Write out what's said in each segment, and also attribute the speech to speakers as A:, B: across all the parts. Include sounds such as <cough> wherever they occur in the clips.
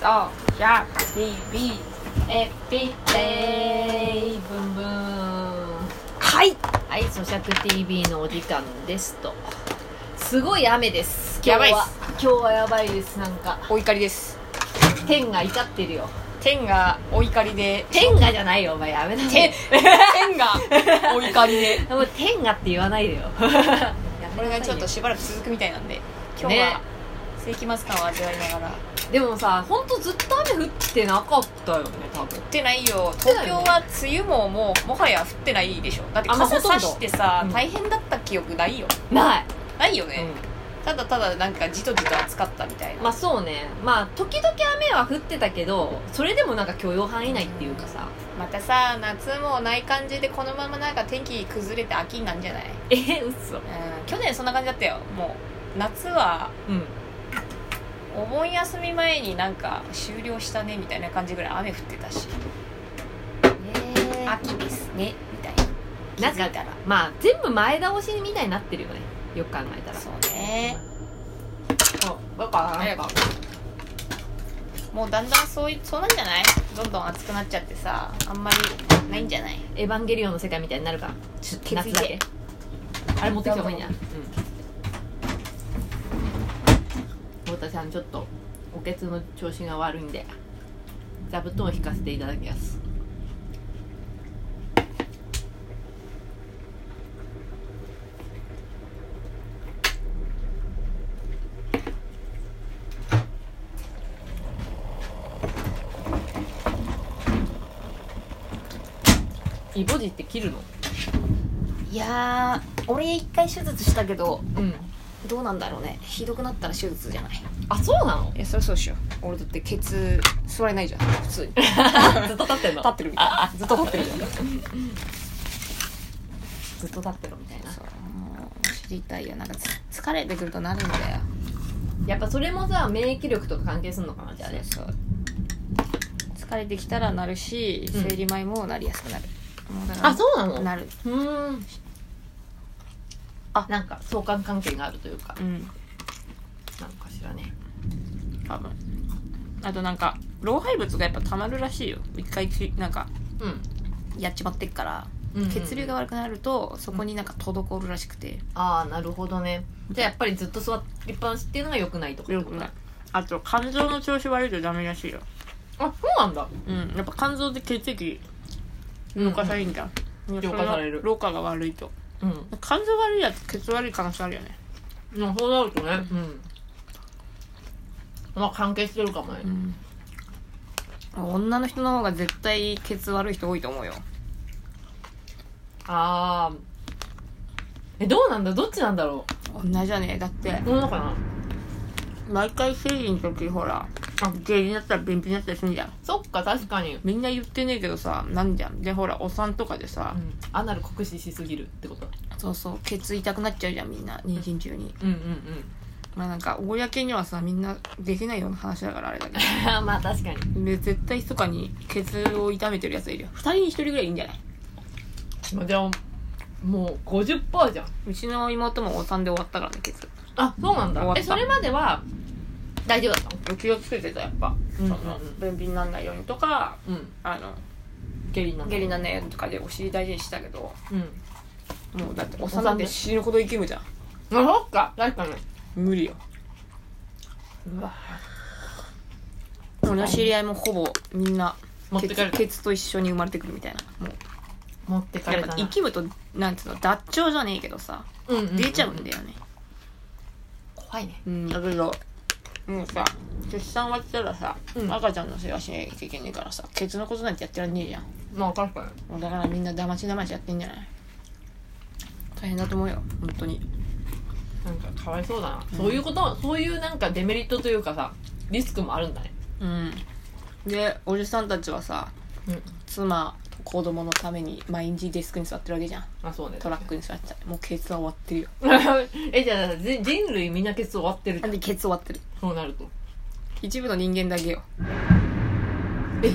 A: so sharp TV every day ブンブン
B: はい
A: はい咀嚼 TV のお時間ですとすごい雨です
B: やばいっす
A: 今日は今日はやばいですなんか
B: お怒りです
A: 天が怒ってるよ
B: 天がお怒りで
A: 天がじゃないよお前やめなさい
B: 天がお怒りで
A: もう天がって言わ <laughs> ないでよ
B: これがちょっとしばらく続くみたいなんで今日
A: ね
B: は世紀末感を味わいながら
A: <laughs> でもさ本当ずっと雨降ってなかったよね多分
B: 降ってないよ
A: てな
B: 東京
A: いよね
B: は梅雨ももうもはや降ってないでしょだって
A: あまあ
B: 傘
A: ほとん
B: さ
A: ど
B: してさ、
A: うん
B: 大変だった記憶ないよ
A: ない、
B: ないよ
A: う
B: ね
A: ん、
B: ただただなんかじとじと暑かったみたいな、
A: まあそうねまあ時々雨は降ってたけどそれでもなんか許容範囲内っていうかさ
B: またさ夏もない感じでこのままなんか天気崩れて秋になんじゃない、
A: えー、嘘
B: うん、去年そんな感じだったよもう夏は
A: うん
B: お盆休み前になんか終了したねみたいな感じぐらい雨降ってたし
A: えー、
B: 秋ですねみたいな
A: なん
B: 気づ
A: か
B: いたら
A: まあ全部前倒しみたいになってるよねよく考えたら
B: そうね
A: あなんか
B: ありがともうだんだんそういそうなんじゃないどんどん暑くなっちゃってさあんまりないんじゃない
A: エヴァンゲリオンの世界みたいになるからちょっと
B: 気づいて
A: 夏だけあれ持ってきた方がいいなうん太田さんちょっとおけつの調子が悪いんで座布団を引かせていただきますイボジって切るの
B: いやー俺一回手術したけど
A: うん
B: どうなんだろうねひどくなったら手術じゃない
A: あそうなの
B: えそりゃそうでしょ俺だってケツ座れないじゃん普通に立
A: ずっと立ってんの
B: ってるみたいなずっと立ってるみたいな
A: ずっと立ってるみたいな
B: そうもう知りたいよなんかつ疲れてくるとなるんだよ
A: やっぱそれもさ免疫力とか関係するのかなじゃあね
B: そう疲れてきたらなるし、
A: うん
B: 生理前もなりやすくなるもだから
A: あそうなの
B: なる
A: うーんあなんか相関関係があるというか
B: うん
A: なんかしらね
B: 多分あとなんか老廃物がやっぱたまるらしいよ一回きなんか
A: うん
B: やっちまってっから、
A: うんうん
B: 血流が悪くなるとそこになんか滞るらしくて、
A: ああなるほどねじゃあやっぱりずっと座りっぱなしっていうのが良くないとか
B: よくないあと肝臓の調子悪いとダメらしいよ
A: あそうなんだ
B: うんやっぱ肝臓で血液老化されるんじゃん、いや
A: 浄化される
B: そ老化が悪いと
A: うん
B: 肝臓悪いやつ血悪い可能性あるよね
A: まあそうなるとねうんまあ関係してるかもね、
B: うん女の人の方が絶対血悪い人多いと思うよ
A: ああえどうなんだどっちなんだろ
B: 女じゃねえだって
A: うどうなのかな
B: 毎回生理の時ほら
A: あ
B: 下痢になったら便秘になったりするじゃん
A: そっか確かに、
B: みんな言ってねえけどさなんじゃんでほらお産とかでさ
A: う、ん、アナル酷使しすぎるってこと
B: そうそうケツ痛くなっちゃうじゃんみんな妊娠中に、
A: うんうんうん
B: まあなんか公にはさみんなできないような話だからあれだけ
A: <laughs> まあ確かに
B: どで絶対密かにケツを痛めてるやついるよ2人に1人ぐらいいいんじゃない
A: まあじゃあもう50%じゃん
B: うちの妹もお産で終わったからねケツ
A: あそうなん
B: 終わ
A: だ
B: った
A: えそれまでは大丈夫だったの
B: 気をつけてたやっぱ、
A: うん
B: その便秘になんないようにとか
A: うん
B: あの
A: 下痢なの
B: 下痢になんないようにとかでお尻大事にしたけど
A: うん
B: もうだってお産なんて死ぬほど生きむじゃん
A: あそっか確かに
B: 無理よ
A: うわ
B: 俺の知り合いもほぼみんな
A: 持って
B: ケ
A: かれ
B: ツ
A: た
B: ケツと一緒に生まれてくるみたいなもう
A: 持ってか
B: や
A: れ
B: ったぱ
A: な
B: 生きむとなんつうの脱腸じゃねえけどさ
A: うんうんうん
B: 出ちゃうんだよね
A: 怖いね
B: うんだけどもうさ出産終わったらさ、
A: うん
B: 赤ちゃんの世話しなきゃいけねえからさケツのことなんてやってらんねえじゃん
A: まあ確か
B: もうだからみんなだまちだまちやってんじゃない大変だと思うよ本当に
A: になんかかわいそうだな、そういうことそういうなんかデメリットというかさリスクもあるんだね
B: うんでおじさんたちはさ
A: うん
B: 妻と子供のために毎日デスクに座ってるわけじゃん
A: あそうね
B: トラックに座ってたもうケツは終わってるよ
A: <laughs> えじゃあぜ人類みんなケツ終わってるじゃ
B: なん
A: ん
B: でケツ終わってる
A: そうなると
B: 一部の人間だけよ
A: え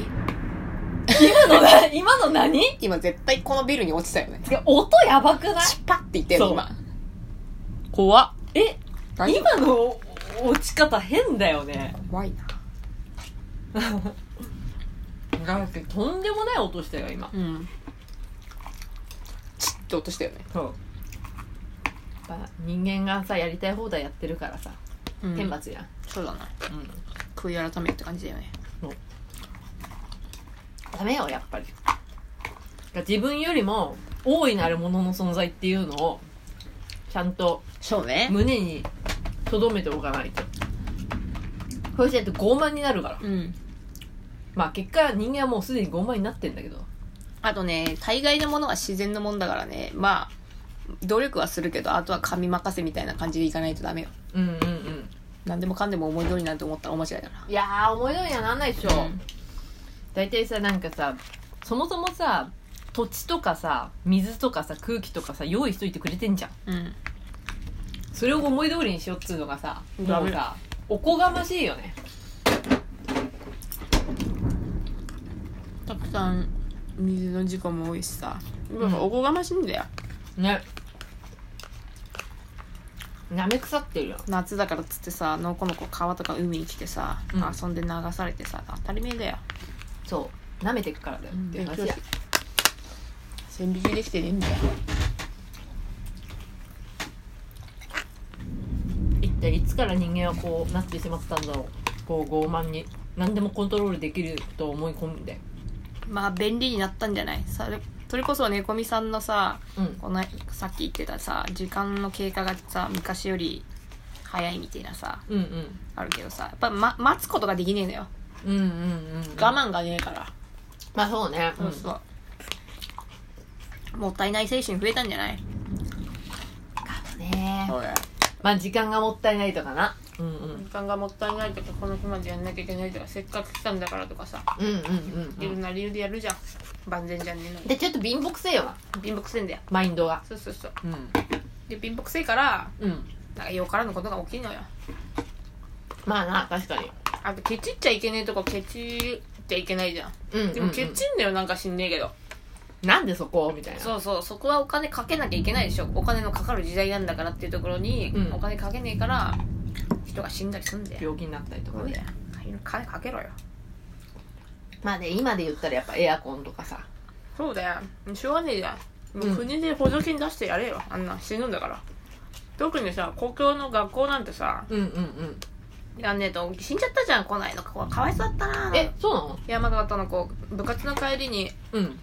A: 今のな今の何い
B: 今絶対このビルに落ちたよね
A: や音やばくない
B: チパッて言ってんの
A: そう
B: 今怖っ
A: え
B: 大丈夫
A: 今の落ち方変だよね
B: 怖いな
A: だってとんでもない音したよ今
B: うんチッって音したよね、
A: そうやっぱ人間がさやりたい放題やってるからさ
B: うん
A: 天罰やん、
B: そうだな
A: うん、
B: 悔い改めって感じだよね
A: ダメよやっぱり自分よりも大いなるものの存在っていうのをちゃんと
B: そうね
A: 胸に留めておかないとそうしないと傲慢になるから
B: うん
A: まあ結果人間はもうすでに傲慢になってんだけど
B: あとね大概のものは自然のもんだからねまあ努力はするけどあとは神任せみたいな感じでいかないとダメよ
A: うんうんうん
B: 何でもかんでも思い通りになると思ったら大間違いだない
A: やー思い通りにはなんないでしょ、
B: うん
A: 大体さなんかさそもそもさ土地とかさ水とかさ空気とかさ用意しといてくれてんじゃん
B: うん
A: それを思い通りにしようっつうのがさ
B: ダ
A: も
B: メ
A: うさおこがましいよね
B: たくさん水の事故も多いしさ
A: うん
B: おこがましいんだよ
A: ねなめ腐ってるよ
B: 夏だからっつってさのこのこ川とか海に来てさ、
A: うん
B: 遊んで流されてさ当たり前だよ
A: そうなめてくからだよっていう話
B: 勉強
A: や
B: し線引きできてねえんだよ
A: 一体いつから人間はこうなってしまったんだろうこう傲慢に何でもコントロールできると思い込んで
B: まあ便利になったんじゃないそれそれこそ猫みさんのさ
A: うん
B: このさっき言ってたさ時間の経過がさ昔より早いみたいなさ
A: うん
B: あるけどさやっぱ、ま、待つことができねえのよ
A: うんうんうんうん
B: 我慢がねえから、
A: まあそうねうん
B: そうそうもったいない精神増えたんじゃない
A: ね
B: うだよ
A: まあ時間がもったいないとかなうんうんうん
B: 間がもったいないとかこの日までやんなきゃいけないとかせっかく来たんだからとかさ
A: うんうんうん
B: な理由でやるじゃん万全じゃねえの
A: でちょっと貧乏くせえよな
B: 貧乏くせえんだよ
A: マインドが
B: そうそうそう
A: うん
B: で貧乏くせえから
A: うん
B: なんかよからぬことが起きるのよ
A: まあな確かに
B: あとケチっちゃいけねえとこケチっちゃいけないじゃん
A: うんうんうん
B: でもケチんだよなんかしんねえけど、
A: なんでそこみたいな
B: そうそうそこはお金かけなきゃいけないでしょお金のかかる時代なんだからっていうところに、
A: うん
B: お金かけねえから人が死んだりすんだよ
A: 病気になったりと
B: そ
A: か
B: うだ
A: ね
B: よ金かけろよ
A: まあね今で言ったらやっぱエアコンとかさ
B: そうだよしょうがねえじゃんもう
A: うん
B: 国で補助金出してやれよあんな死ぬんだから特にさ公共の学校なんてさ
A: うんうんうん
B: やんねえと死んじゃったじゃん来ないの子かわいそうだったな
A: えそうなの
B: 山形の子部活の帰りに
A: うん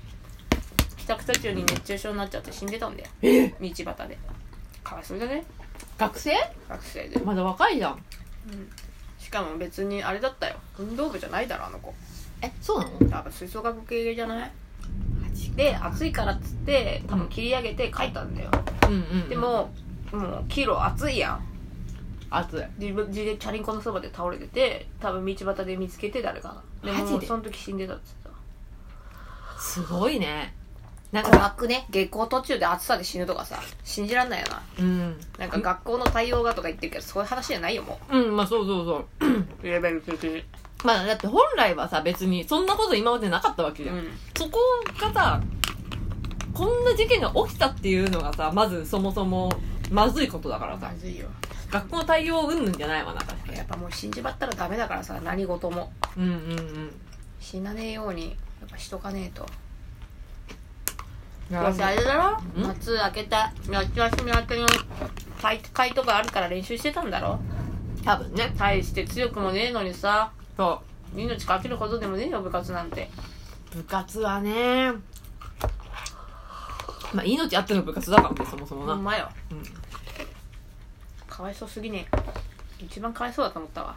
B: 帰宅途中に熱中症になっちゃって死んでたんだよ
A: え
B: 道端でかわいそうだね
A: 学生
B: 学生で
A: まだ若いじゃん
B: しかも別にあれだったよ運動部じゃないだろあの子
A: えそうなの
B: 多分吹奏楽系じゃないで暑いからっつって多分切り上げて帰ったんだよ、
A: うんうん
B: でももうキロ暑いやん
A: 暑い
B: 自分自でチャリンコのそばで倒れてて多分道端で見つけて誰かがでも
A: マジ
B: も
A: で
B: うその時死んでたっつって
A: すごいねなん
B: た
A: か
B: くね下校途中で暑さで死ぬとかさ信じらんないよな
A: うん
B: なんか学校の対応がとか言ってるけどそういう話じゃないよも
A: うんまあそうそうそう
B: うレベル的に
A: まあだって本来はさ別にそんなこと今までなかったわけじ
B: う
A: ゃん、
B: ん
A: そこがさこんな事件が起きたっていうのがさまずそもそもまずいことだからさ
B: まずいよ
A: 学校の対応うんぬんじゃないわな確かに
B: やっぱもう死んじまったらダメだからさ何事も
A: うんうんうん
B: 死なねえようにやっぱしとかねえと
A: な
B: どうせあれだろ
A: ん
B: 夏明けた夏休み明けの大会とかあるから練習してたんだろ
A: 多分ね
B: 大して強くもねえのにさ
A: そ
B: 命かけることでもねえよ部活なんて
A: う部活はねまあ命あっての部活だからねそもそも
B: ほ
A: な、
B: んまよ
A: うん
B: かわいそうすぎねえ一番かわいそうだと思ったわ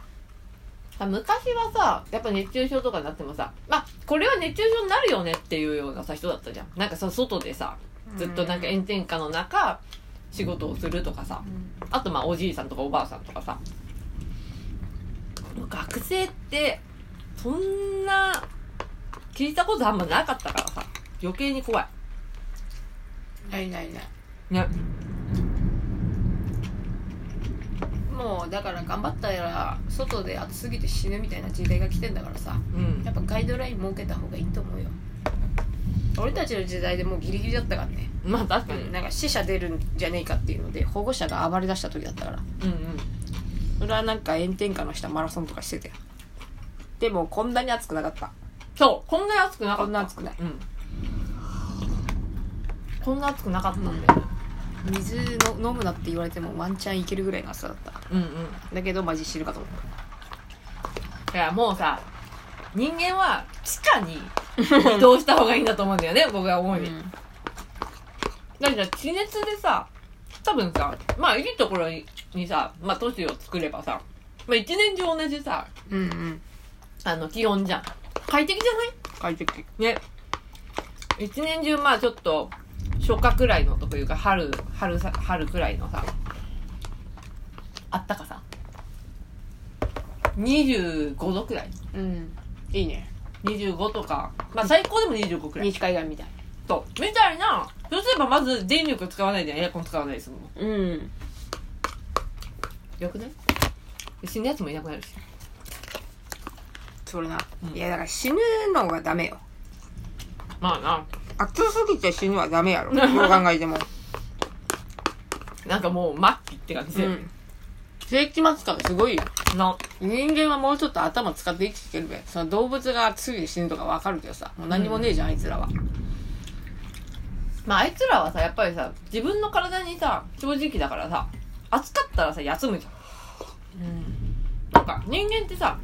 A: あ昔はさやっぱ熱中症とかになってもさまあこれは熱中症になるよねっていうようなさ人だったじゃんなんかさ外でさずっとなんか炎天下の中仕事をするとかさ
B: うん
A: あとまあおじいさんとかおばあさんとかさ学生ってそんな聞いたことあんまなかったからさ余計に怖い
B: ないないない
A: ね
B: もうだから頑張ったら外で暑すぎて死ぬみたいな時代が来てんだからさ
A: うん
B: やっぱガイドライン設けた方がいいと思うよ俺たちの時代でもうギリギリだったからね、
A: まあ確かに
B: なんか死者出るんじゃねえかっていうので保護者が暴れ出した時だったから
A: うんうん
B: 俺はなんか炎天下の下マラソンとかしてたよでもこんなに暑くなかった
A: そうこんなに暑くなかった
B: こんな暑くない
A: うんこんな暑くなかったんだよね、
B: 水の飲むなって言われてもワンチャンいけるぐらいの暑さだった
A: うん、うん
B: だけどマジ死ぬかと思っ
A: いやもうさ人間は地下に移動した方がいいんだと思うんだよね僕は思
B: た、
A: う
B: う
A: に、
B: ん
A: だから地熱でさ多分さまあいいところにさ、まあ、都市を作ればさ、まあ、一年中同じさ
B: うんうん
A: あの気温じゃん快適じゃない
B: 快適
A: ね一年中まあちょっと初夏くらいのというか春春さ春くらいのさあったかさ25度くらい
B: うんいいね
A: 25とかまあ最高でも25くらい
B: 西海岸みたい
A: とみたいなそうすればまず電力使わないじゃんエアコン使わないですもん
B: うん
A: よくない死ぬやつもいなくなるし
B: それな、
A: うん
B: いやだから死ぬのがダメよ
A: まあな
B: 暑すぎて死ぬはダメや <laughs> ろどう考えても
A: なんかもう末期って感じ
B: う
A: で、
B: ん世紀末感すごいよ
A: の
B: 人間はもうちょっと頭使って生きていけるべその動物が暑すぎて死ぬとかわかるけどさもう何もねえじゃん、あいつらは
A: まああいつらはさやっぱりさ自分の体にさ正直だからさ暑かったらさ休むじ
B: う
A: ゃん
B: ん
A: なんか人間ってさ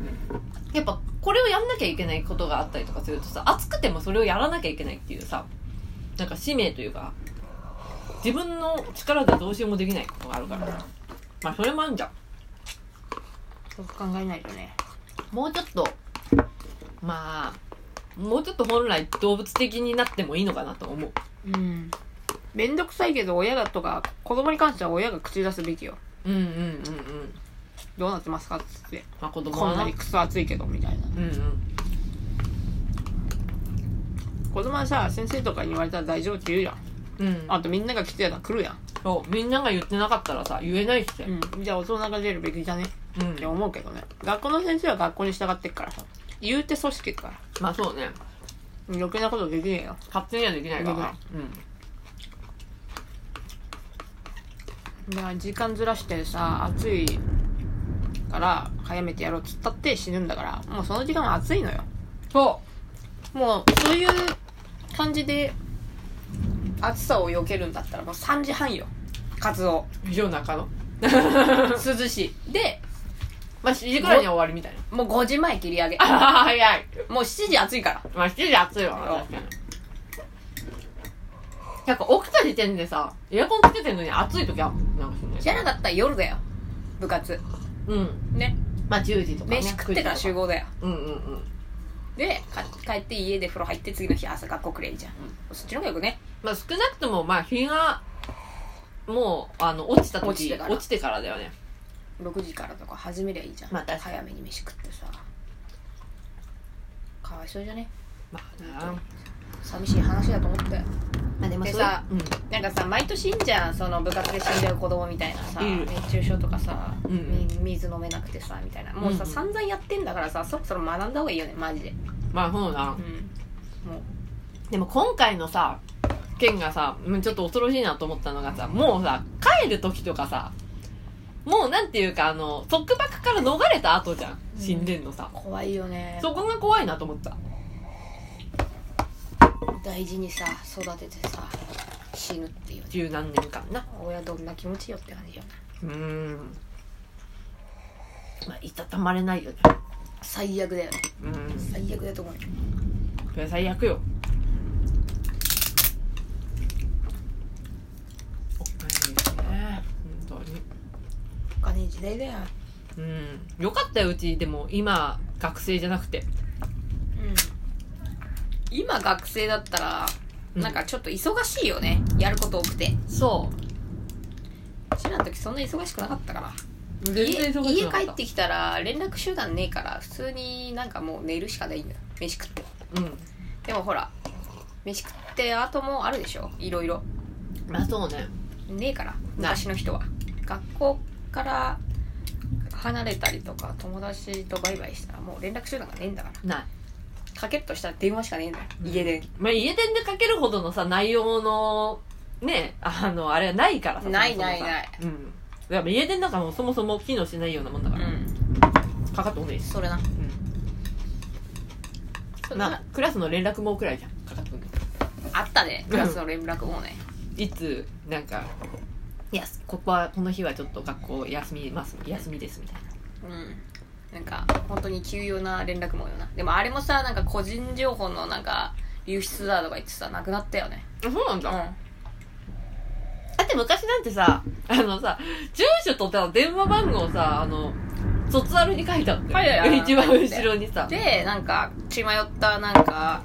A: やっぱこれをやんなきゃいけないことがあったりとかするとさ暑くてもそれをやらなきゃいけないっていうさなんか使命というか自分の力ではどうしようもできないことがあるからまあそれもあるじゃん
B: そう考えないとね
A: もうちょっとまあもうちょっと本来動物的になってもいいのかなと思う
B: うんめんどくさいけど親だとか子供に関しては親が口出すべきよ
A: うんうんうんうん
B: どうなってますかっつって
A: まあ子供
B: こ
A: は
B: ん
A: な
B: なにクソ暑いけどみたいな
A: うんうん
B: 子供はさ先生とかに言われたら大丈夫って言うやん
A: うん
B: あとみんなが来てたら来るやん、
A: そうみんなが言ってなかったらさ言えないしさ
B: うん、じゃあ大人が出るべきじゃね
A: うん
B: って思うけどね学校の先生は学校に従ってっからさ言うて組織だから
A: まあそうね
B: 余計なことできねえよ
A: 勝手にはできないからなうん
B: だから時間ずらしてさ暑いから早めてやろうっつったって死ぬんだからもうその時間は暑いのよ
A: そ
B: もうそういう感じで暑さを避けるんだったらもう3時半よカツオ
A: う夜中 <laughs> の
B: 涼しいで
A: まあ7時くらいには終わりみたいな
B: もう5時前切り上
A: <laughs>
B: げ
A: あはは早い
B: もう7時暑いから
A: まあ7時暑いわな確かになんか起きた時点でさエアコンつけてるのに暑い時あるなんかし
B: じ
A: ない
B: ゃなかったら夜だよ部活
A: うん
B: ね
A: まあ10時とかね
B: 飯食ってから集
A: 合
B: 合だよ
A: うんうんうん
B: でか帰って家で風呂入って次の日朝学校くれんじゃん、そっちの方がよくね
A: まあ少なくともまあ日がもうあの落ちた
B: 落ち
A: 時
B: てから
A: 落ちてからだよね
B: 6時からとか始めりゃいいじゃん、
A: まあ確かに
B: 早めに飯食ってさかわいそうじゃね
A: まあ
B: 本
A: な
B: 寂しい話だと思って
A: まあでも
B: で
A: そう
B: さ
A: うん
B: なんかさ毎年いんじゃんその部活で死んじゃう子供みたいなさ、
A: いる
B: 熱中症とかさ、
A: うんうん
B: み水飲めなくてさみたいなもうさ、
A: うんうん
B: 散々やってんだからさそろそろ学んだ方がいいよねマジで
A: まあそうな、
B: うんも
A: でも今回のさ件がさうんちょっと恐ろしいなと思ったのがさもうさ帰る時とかさもうなんていうかあの束縛から逃れた後じゃん死んでんのさ、
B: う怖いよね
A: そこが怖いなと思った
B: 大事にさ育ててさ死ぬっていうね
A: 十何年間な
B: 親どんな気持ちよって感じよ
A: うーんまあいたたまれないよね
B: 最悪だよね
A: うーん
B: 最悪だと思うよ
A: それ最悪よおっかしいですね本当に
B: お金時代だよ
A: うんよかったようちでも今学生じゃなくて
B: うん今学生だったら
A: うん
B: なんかちょっと忙しいよね、やること多くて
A: そう
B: うちらの時そんな忙しくなかったから
A: 全
B: 家
A: 然忙しく
B: 家
A: なか
B: 帰っ
A: っ
B: たてきたら連絡手段ねえから普通になんかもう寝るしかないんだよ飯食って
A: うん
B: でもほら飯食って後もあるでしょいろいろ
A: まあそうね
B: ねえから昔の人は学校から離れたりとか友達とバイバイしたらもう連絡手段がねえんだから
A: ない
B: かけっとしたら電話しかねえんだよ
A: うん
B: 家で
A: まあ家電でかけるほどのさ内容のねあのあれはないからさ
B: ない
A: そもそもさ
B: ないない
A: うんだから家電なんかもうそもそも機能しないようなもんだ
B: う
A: から、
B: ん
A: かかってこないです
B: それな
A: まあクラスの連絡網くらいじゃんかかってくる
B: あったねクラスの連絡もね、
A: いつなんかいやここはこの日はちょっと学校休みます休みですみたいな
B: うんなんか本当に急用な連絡もよなでもあれもさなんか個人情報のなんか流出だとか言ってさなくなったよね
A: あそうなん
B: う
A: だ、
B: ん
A: だって昔なんてさあのさ住所とさ電話番号さあの卒アルに書いてあったよ
B: はいはいはい
A: 一番後ろにさ <laughs>
B: でなんか血迷ったなんか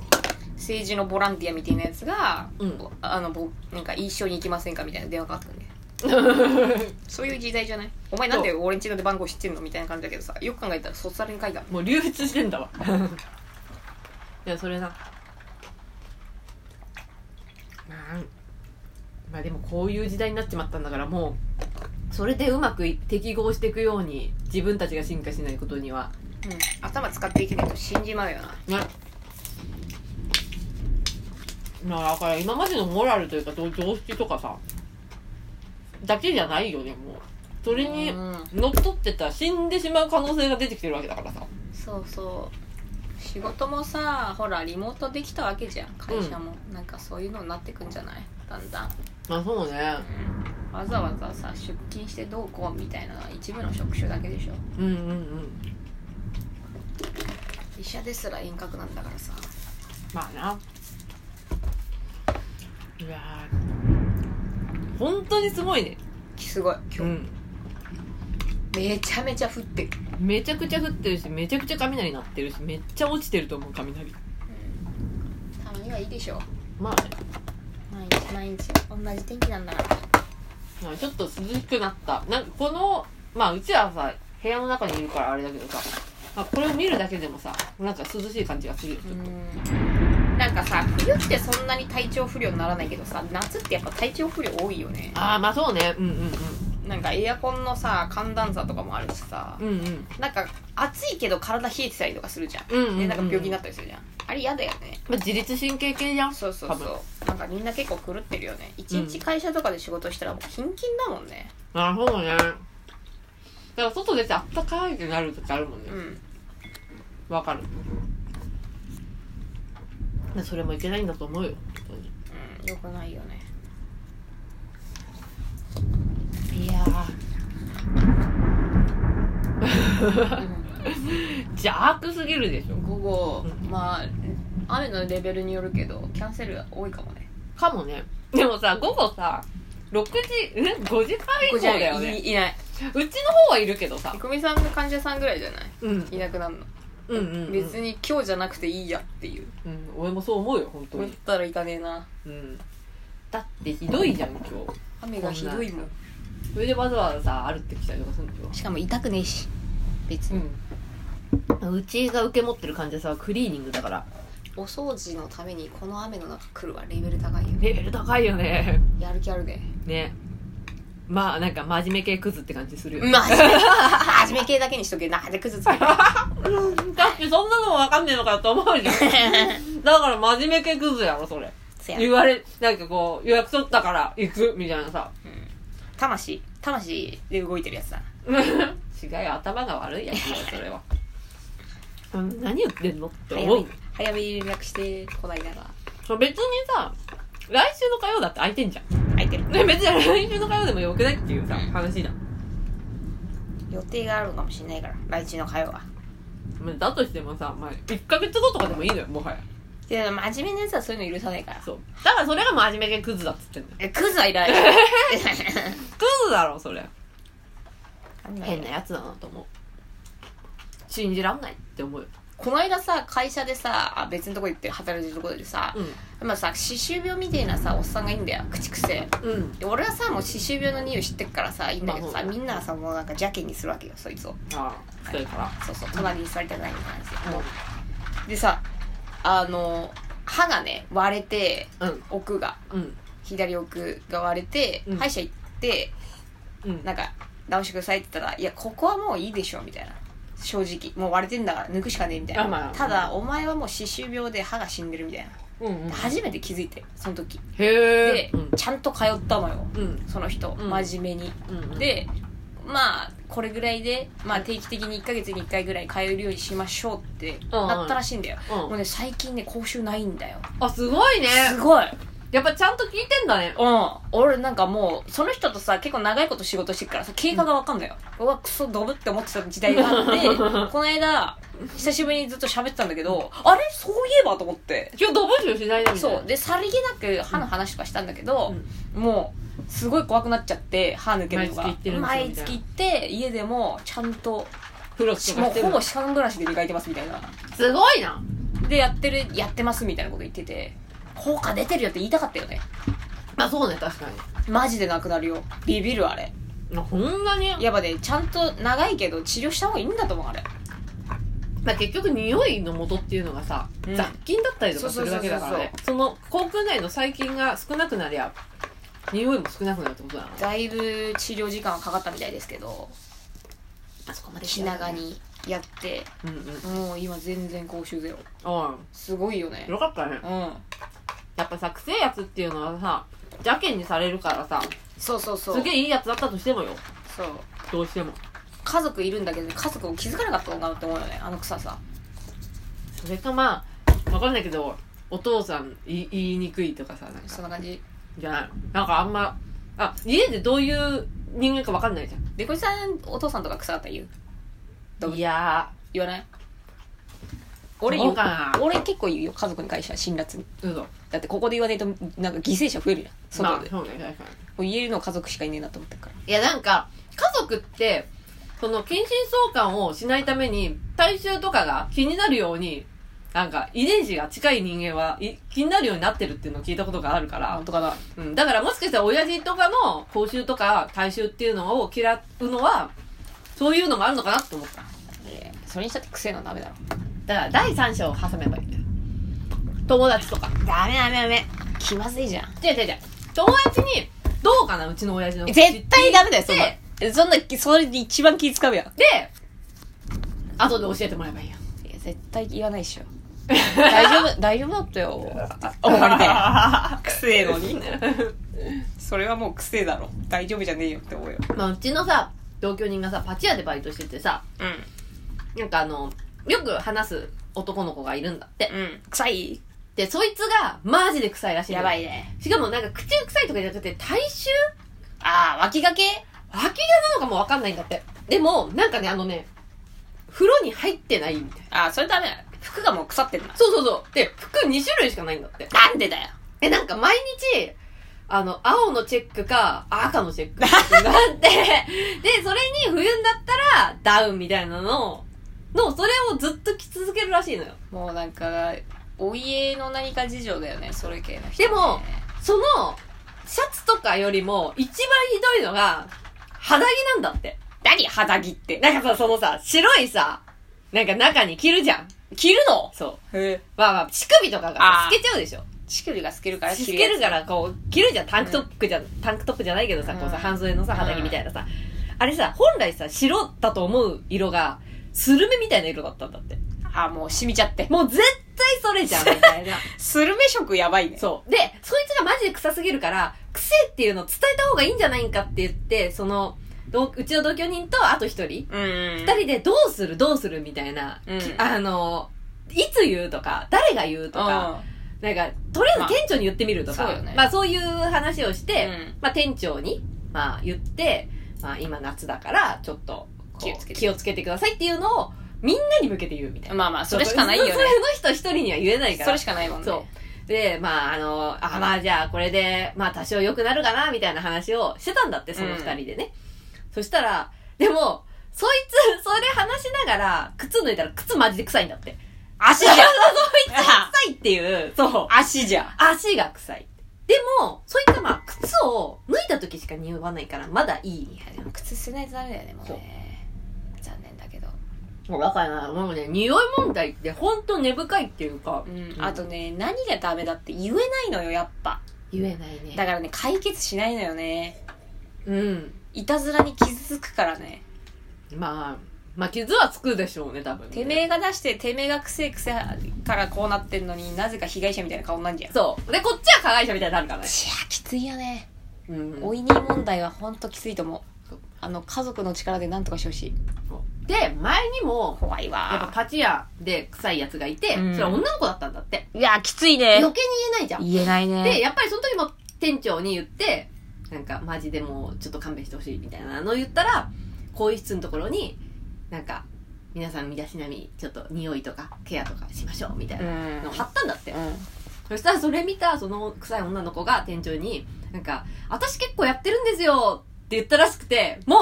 B: 政治のボランティアみたいなやつが、
A: うん
B: あのぼなんか一緒に行きませんかみたいな電話かかってくるんだよそういう時代じゃないお前なんで俺んちの番号知ってんのみたいな感じだけどさよく考えたら卒アルに書いてある
A: もう流出してんだわ <laughs> いやそれななんまあでもこういう時代になっちまったんだからもうそれでうまくい適合していくように自分たちが進化しないことには
B: うん、頭使っていけないと死んじまうよな
A: ねまあだから今までのモラルというか常常識とかさだけじゃないよねもうそれに
B: うん
A: 乗っ取ってたら死んでしまう可能性が出てきてるわけだからさ
B: そうそう仕事もさほらリモートできたわけじゃん会社も、なんかそういうのになってくんじゃないだんだん、
A: まあそうね
B: うん、わざわざさ出勤してどうこうみたいなのは一部の職種だけでしょ
A: うんうんうん
B: 医者ですら遠隔なんだからさ
A: まあないやー本当にすごいね
B: すごい今日、
A: うん
B: めちゃめちゃ降ってる、
A: めちゃくちゃ降ってるしめちゃくちゃ雷鳴ってるしめっちゃ落ちてると思う雷
B: うん、たまにはいいでしょ
A: まあね
B: 毎日毎日同じ天気なんだから
A: まあちょっと涼しくなった。なんかこの、まあうちはさ、部屋の中にいるからあれだけどさ、まあ、これを見るだけでもさ、なんか涼しい感じがするよ。
B: うんなんかさ冬ってそんなに体調不良にならないけどさ夏ってやっぱ体調不良多いよね
A: ああ、まあそうね。うんうん
B: なんかエアコンのさ寒暖差とかもあるしさ
A: うん。うんうん。
B: なんか暑いけど体冷えてたりとかするじゃん,、
A: うんうんうん
B: でなんか病気になったりするじゃんあれ嫌だよね
A: まあ自律神経系じゃん。
B: そうそう
A: 多分
B: そうなんかみんな結構狂ってるよね一日会社とかで仕事したらもうキンキンだもんね
A: なるほどね。だから外出てあったかいってなる時あるもんね
B: う。ん
A: わかる。まあそれもいけないんだと思うよ。本当に
B: うんよくないよね
A: <laughs> いやー邪悪すぎるでしょ。
B: 午後
A: う
B: まあ雨のレベルによるけどキャンセルが多いかもね
A: かもね。でもさ、午後さ、6時、ん ?5 時半以降だよね。
B: いいないう
A: ちの方はいるけどさ。
B: 久美さんの患者さんぐらいじゃない
A: うん。うん
B: いなくなるの、
A: うん、うん。
B: 別に今日じゃなくていいやっていう
A: うん、俺もそう思うよ、本当
B: 思っ
A: に。
B: たらいかねえな
A: うん。だってひどいじゃん、今日。
B: 雨がひどいもん
A: それでわざわざさ、歩ってきたりとかするんでしょ。
B: しかも痛くねえし別
A: うん。うちが受け持ってる患者さんはクリーニングだから。
B: お掃除のためにこの雨の中来るはレベル高いよ
A: レベル高いよね。
B: やる気あるで
A: ね。まあ、なんか真面目系クズって感じするよね。
B: 真面目真面目系だけにしとけなんでクズ
A: <laughs>
B: つけた
A: だってそんなのもわかんねえのかよと思うじゃん。 <laughs> だから真面目系クズやろ、それ。
B: せや
A: 言われ、なんかこう、予約取ったから行く、みたいなさ。
B: 魂魂で動いてるやつだ
A: 違い頭が悪いやつだよ、それは。うん何言ってんのって
B: 早
A: 思
B: め
A: う
B: に。早めに連絡してこないなが
A: そう別にさ、来週の火曜だって空いてんじゃん。
B: 空いてる
A: ね別に来週の火曜でもよくないっていうさ、話だ。
B: 予定があるのかもしれないから来週の火曜は
A: まあだとしてもさ、まあ、1ヶ月後とかでもいいのよ、もはや。
B: で真面目なやつはそういうの許さないから
A: そう。だからそれが真面目系クズだっつってんだよ。
B: えクズはい
A: <laughs>
B: らない
A: クズだろ、それ。変なやつだなと思う。信じらんないって思うよ。
B: この間さ会社でさあ別のとこ行って働いてるところでさ、
A: う
B: まあさ歯周病みたいなさおっさんがいいんだよ口癖
A: ん。うん。
B: で俺はさもう歯周病の匂い知ってっからさいいんだけど
A: まあ
B: さ
A: そうだ
B: みんなはさもうなんか邪気にするわけよそいつを
A: ああ、そうか
B: そうそう隣に座りたくないみたいな感
A: ら。
B: じでさあの歯がね割れて
A: うん。
B: 奥が
A: うん。
B: 左奥が割れて、
A: うん
B: 歯医者行って
A: うん。
B: なんか直してくださいって言ったら「いやここはもういいでしょ」みたいな正直もう割れてんだから抜くしかねえみたいな、
A: あまあ
B: ただお前はもう歯周病で歯が死んでるみたいな
A: うんうん。
B: 初めて気づいてその時
A: へえ
B: で、ちゃんと通ったのよ
A: うん。
B: その人、
A: うん
B: 真面目に、
A: うん。、
B: でまあこれぐらいで、まあ、定期的に1ヶ月に1回ぐらい通えるようにしましょうってなったらしいんだよ、
A: うん
B: もうね最近ね講習ないんだよ
A: あ、すごいね。
B: すごい
A: やっぱちゃんと聞いてんだね。
B: うん俺なんかもうその人とさ結構長いこと仕事してるからさ経過がわかんないよ、うわクソドブって思ってた時代があって
A: <laughs>
B: この間久しぶりにずっと喋ってたんだけどあれそういえばと思って
A: 今日ドブ集しないだみたいな。
B: そうでさりげなく歯の話とかしたんだけど、もうすごい怖くなっちゃって歯抜けるのが
A: 毎月行ってるんですよ
B: 毎月行って家でもちゃんと
A: フロスと
B: も
A: か
B: う
A: して
B: ほ
A: る
B: ぼ歯間ブラシで磨いてますみたいな
A: すごいな。
B: でやってるやってますみたいなこと言ってて効果出てるよって言いたかったよね
A: まあそうね、確か
B: マジでなくなるよビビるあれ
A: に。まあ、ほんなに。
B: やっぱねちゃんと長いけど治療した方がいいんだと思うあれ
A: まあ結局匂いの元っていうのがさ、
B: うん
A: 雑菌だったりとかするわけだからね。その口腔内の細菌が少なくなりゃ、匂いも少なくなるってことなのね。
B: だいぶ治療時間はかかったみたいですけど
A: あそこま
B: 気長。にやって
A: うんうん。
B: もう今全然口臭ゼロ
A: あ
B: すごいよね
A: あ、よかったね。
B: うん
A: やっぱさ、臭いやつっていうのはさ、邪気にされるからさ、
B: そうそうそう
A: すげえいいやつだったとしてもよ。
B: そう
A: どうしても。
B: 家族いるんだけど家族も気づかなかったのかなって思うよねあの臭さ
A: それかまあ、わかんないけど、お父さん言い言いにくいとかさ、なん
B: そんな
A: か、
B: 感じ
A: じゃないなんかあんま、あ、家でどういう人間かわかんないじゃ。
B: でこじさんお父さんとか臭かったら言うん
A: いや
B: 言わない
A: ー、
B: 俺
A: ど
B: 言
A: う
B: う
A: かな。
B: 俺結構言うよ家族に会社辛辣に
A: 嘘。
B: だってここで言わないとなんか犠牲者増えるやん外
A: まあ
B: で、、
A: そうね、確かに。
B: もう言えるのは家族しかいねえなと思ってるから
A: いや、なんか、家族って、その、近親相関をしないために、体臭とかが気になるように、なんか、遺伝子が近い人間は、い気になるようになってるっていうのを聞いたことがあるから
B: 本、当かな
A: うん。だから、もしかしたら、親父とかの口臭とか、体臭っていうのを嫌うのは、そういうのもあるのかなって思った。
B: えーそれにしたって癖のダメだろ
A: だから、第三者を挟めばいいんだよ。友達とか。
B: ダメダメダメ気まずいじゃん
A: 違う違う違う。友達に、どうかな、うちの親父の口って。
B: 絶対ダメだよそんな
A: で
B: えそんなそれで一番気使うやん
A: で、後で教えてもらえばいいよ。
B: いや絶対言わないでしょ <laughs> 大丈夫大丈夫だったよあ
A: <laughs>
B: 終わりだよ <laughs> くせえの <laughs> にそれはもうくせえだろ大丈夫じゃねえよって思うよ
A: まあ、うちのさ、同居人がさ、パチ屋でバイトしててさ、
B: う
A: なんかあの、よく話す男の子がいるんだって。
B: んうん臭い
A: で、そいつが、マジで臭いらしいのよ。
B: いね
A: しかもなんか、口臭いとかじゃなくて、体臭
B: ああ脇がけ
A: 脇がなのかもわかんないんだって。でも、なんかね、あのね、風呂に入ってないみたいな。
B: ああそれダメだ服がもう腐ってんな
A: そうそうそう。で、服2種類しかないんだって。
B: なんでだよ
A: え、なんか毎日、あの、青のチェックか、赤のチェックってなって、 <laughs> で、それに冬になったら、ダウンみたいなのを、の、それをずっと着続けるらしいのよ。
B: もうなんかお家の何か事情だよねそれ系の人、
A: でもその、シャツとかよりも、一番ひどいのが、肌着なんだって。
B: 何肌着ってな
A: なんかさ、そのさ、白いさ、なんか中に着るじゃん。
B: 着るの
A: そう。
B: へえ
A: まあまあ、乳首とかがさ
B: あー
A: 透けちゃうでしょ。
B: 乳首が透けるから着
A: 透ける
B: や
A: からこう着るじゃんタンクトップじゃ、ん、タンクトップじゃないけどさこうさ、
B: うん
A: 半袖のさ肌着みたいなさ、あれさ本来さ白だと思う色がスルメみたいな色だったんだって
B: つああもう染みちゃって
A: もう絶対それじゃんみた
B: <laughs>
A: いな
B: スルメ色やばいね
A: そうでそいつがマジで臭すぎるから癖っていうのを伝えた方がいいんじゃないんかって言ってその同うちの同居人とあと一人
B: うんうん
A: 二人でどうするどうするみたいな、
B: うん
A: きあのいつ言うとか誰が言うとか、なんかとりあえず店長に言ってみるとか、
B: まあ
A: ま
B: そう
A: あ
B: よね
A: そういう話をして、
B: うん
A: まあ、店長に、まあ、言って、まあ、今夏だから、ちょっとこう
B: 気をつけて
A: 気をつけてくださいっていうのを、みんなに向けて言うみたいな。
B: まあまあそれしかないよね
A: それの人一人には言えないから。
B: それしかないもんね
A: そう。で、まあ、あの、あ、まあ、じゃあ、これで、まあ、多少良くなるかな、みたいな話をしてたんだって、その二人でね。そしたら、でも、そいつ、それ話しながら、靴脱いだら、靴マジで臭いんだって。
B: 足
A: 足
B: じ <laughs>
A: が、
B: ゃん
A: <laughs> そいつが臭いっていう、そう。
B: 足じゃん
A: 足が臭い。でも、そういったまあ、靴を脱いだ時しか匂わないから、まだいい匂い
B: でも靴捨てないとダメだよねもう
A: そう
B: ね残念だけど
A: もうだから、もうね、匂い問題って本当根深いっていうか、
B: うんあとね何がダメだって言えないのよやっぱ
A: 言えないね。
B: だからね解決しないのよね
A: うん。
B: いたずらに傷つくからね
A: まあ、まあ傷はつくでしょうね、多分、ね。
B: てめえが出しててめえがくせえくせえからこうなってんのになぜか被害者みたいな顔になんじゃんい
A: そう。で、こっちは加害者みたいになるから
B: や
A: ね。
B: きついよね
A: うん
B: おいに問題はほんときついと思あの家族の力で何とかしてほしい
A: で前にも
B: 怖い
A: やっぱ
B: わ
A: パチ屋で臭いやつがいて、
B: うん
A: それは女の子だったんだって
B: いやきつい
A: 余計
B: ね
A: に言えないじゃん
B: 言えないね
A: でやっぱりその時も店長に言ってなんかマジでもうちょっと勘弁してほしいみたいなのを言ったら更衣室のところになんか皆さん身だしなみちょっと匂いとかケアとかしましょうみたいなのを貼ったんだって、そしたらそれ見たその臭い女の子が店長になんか「私結構やってるんですよ」って言ったらしくても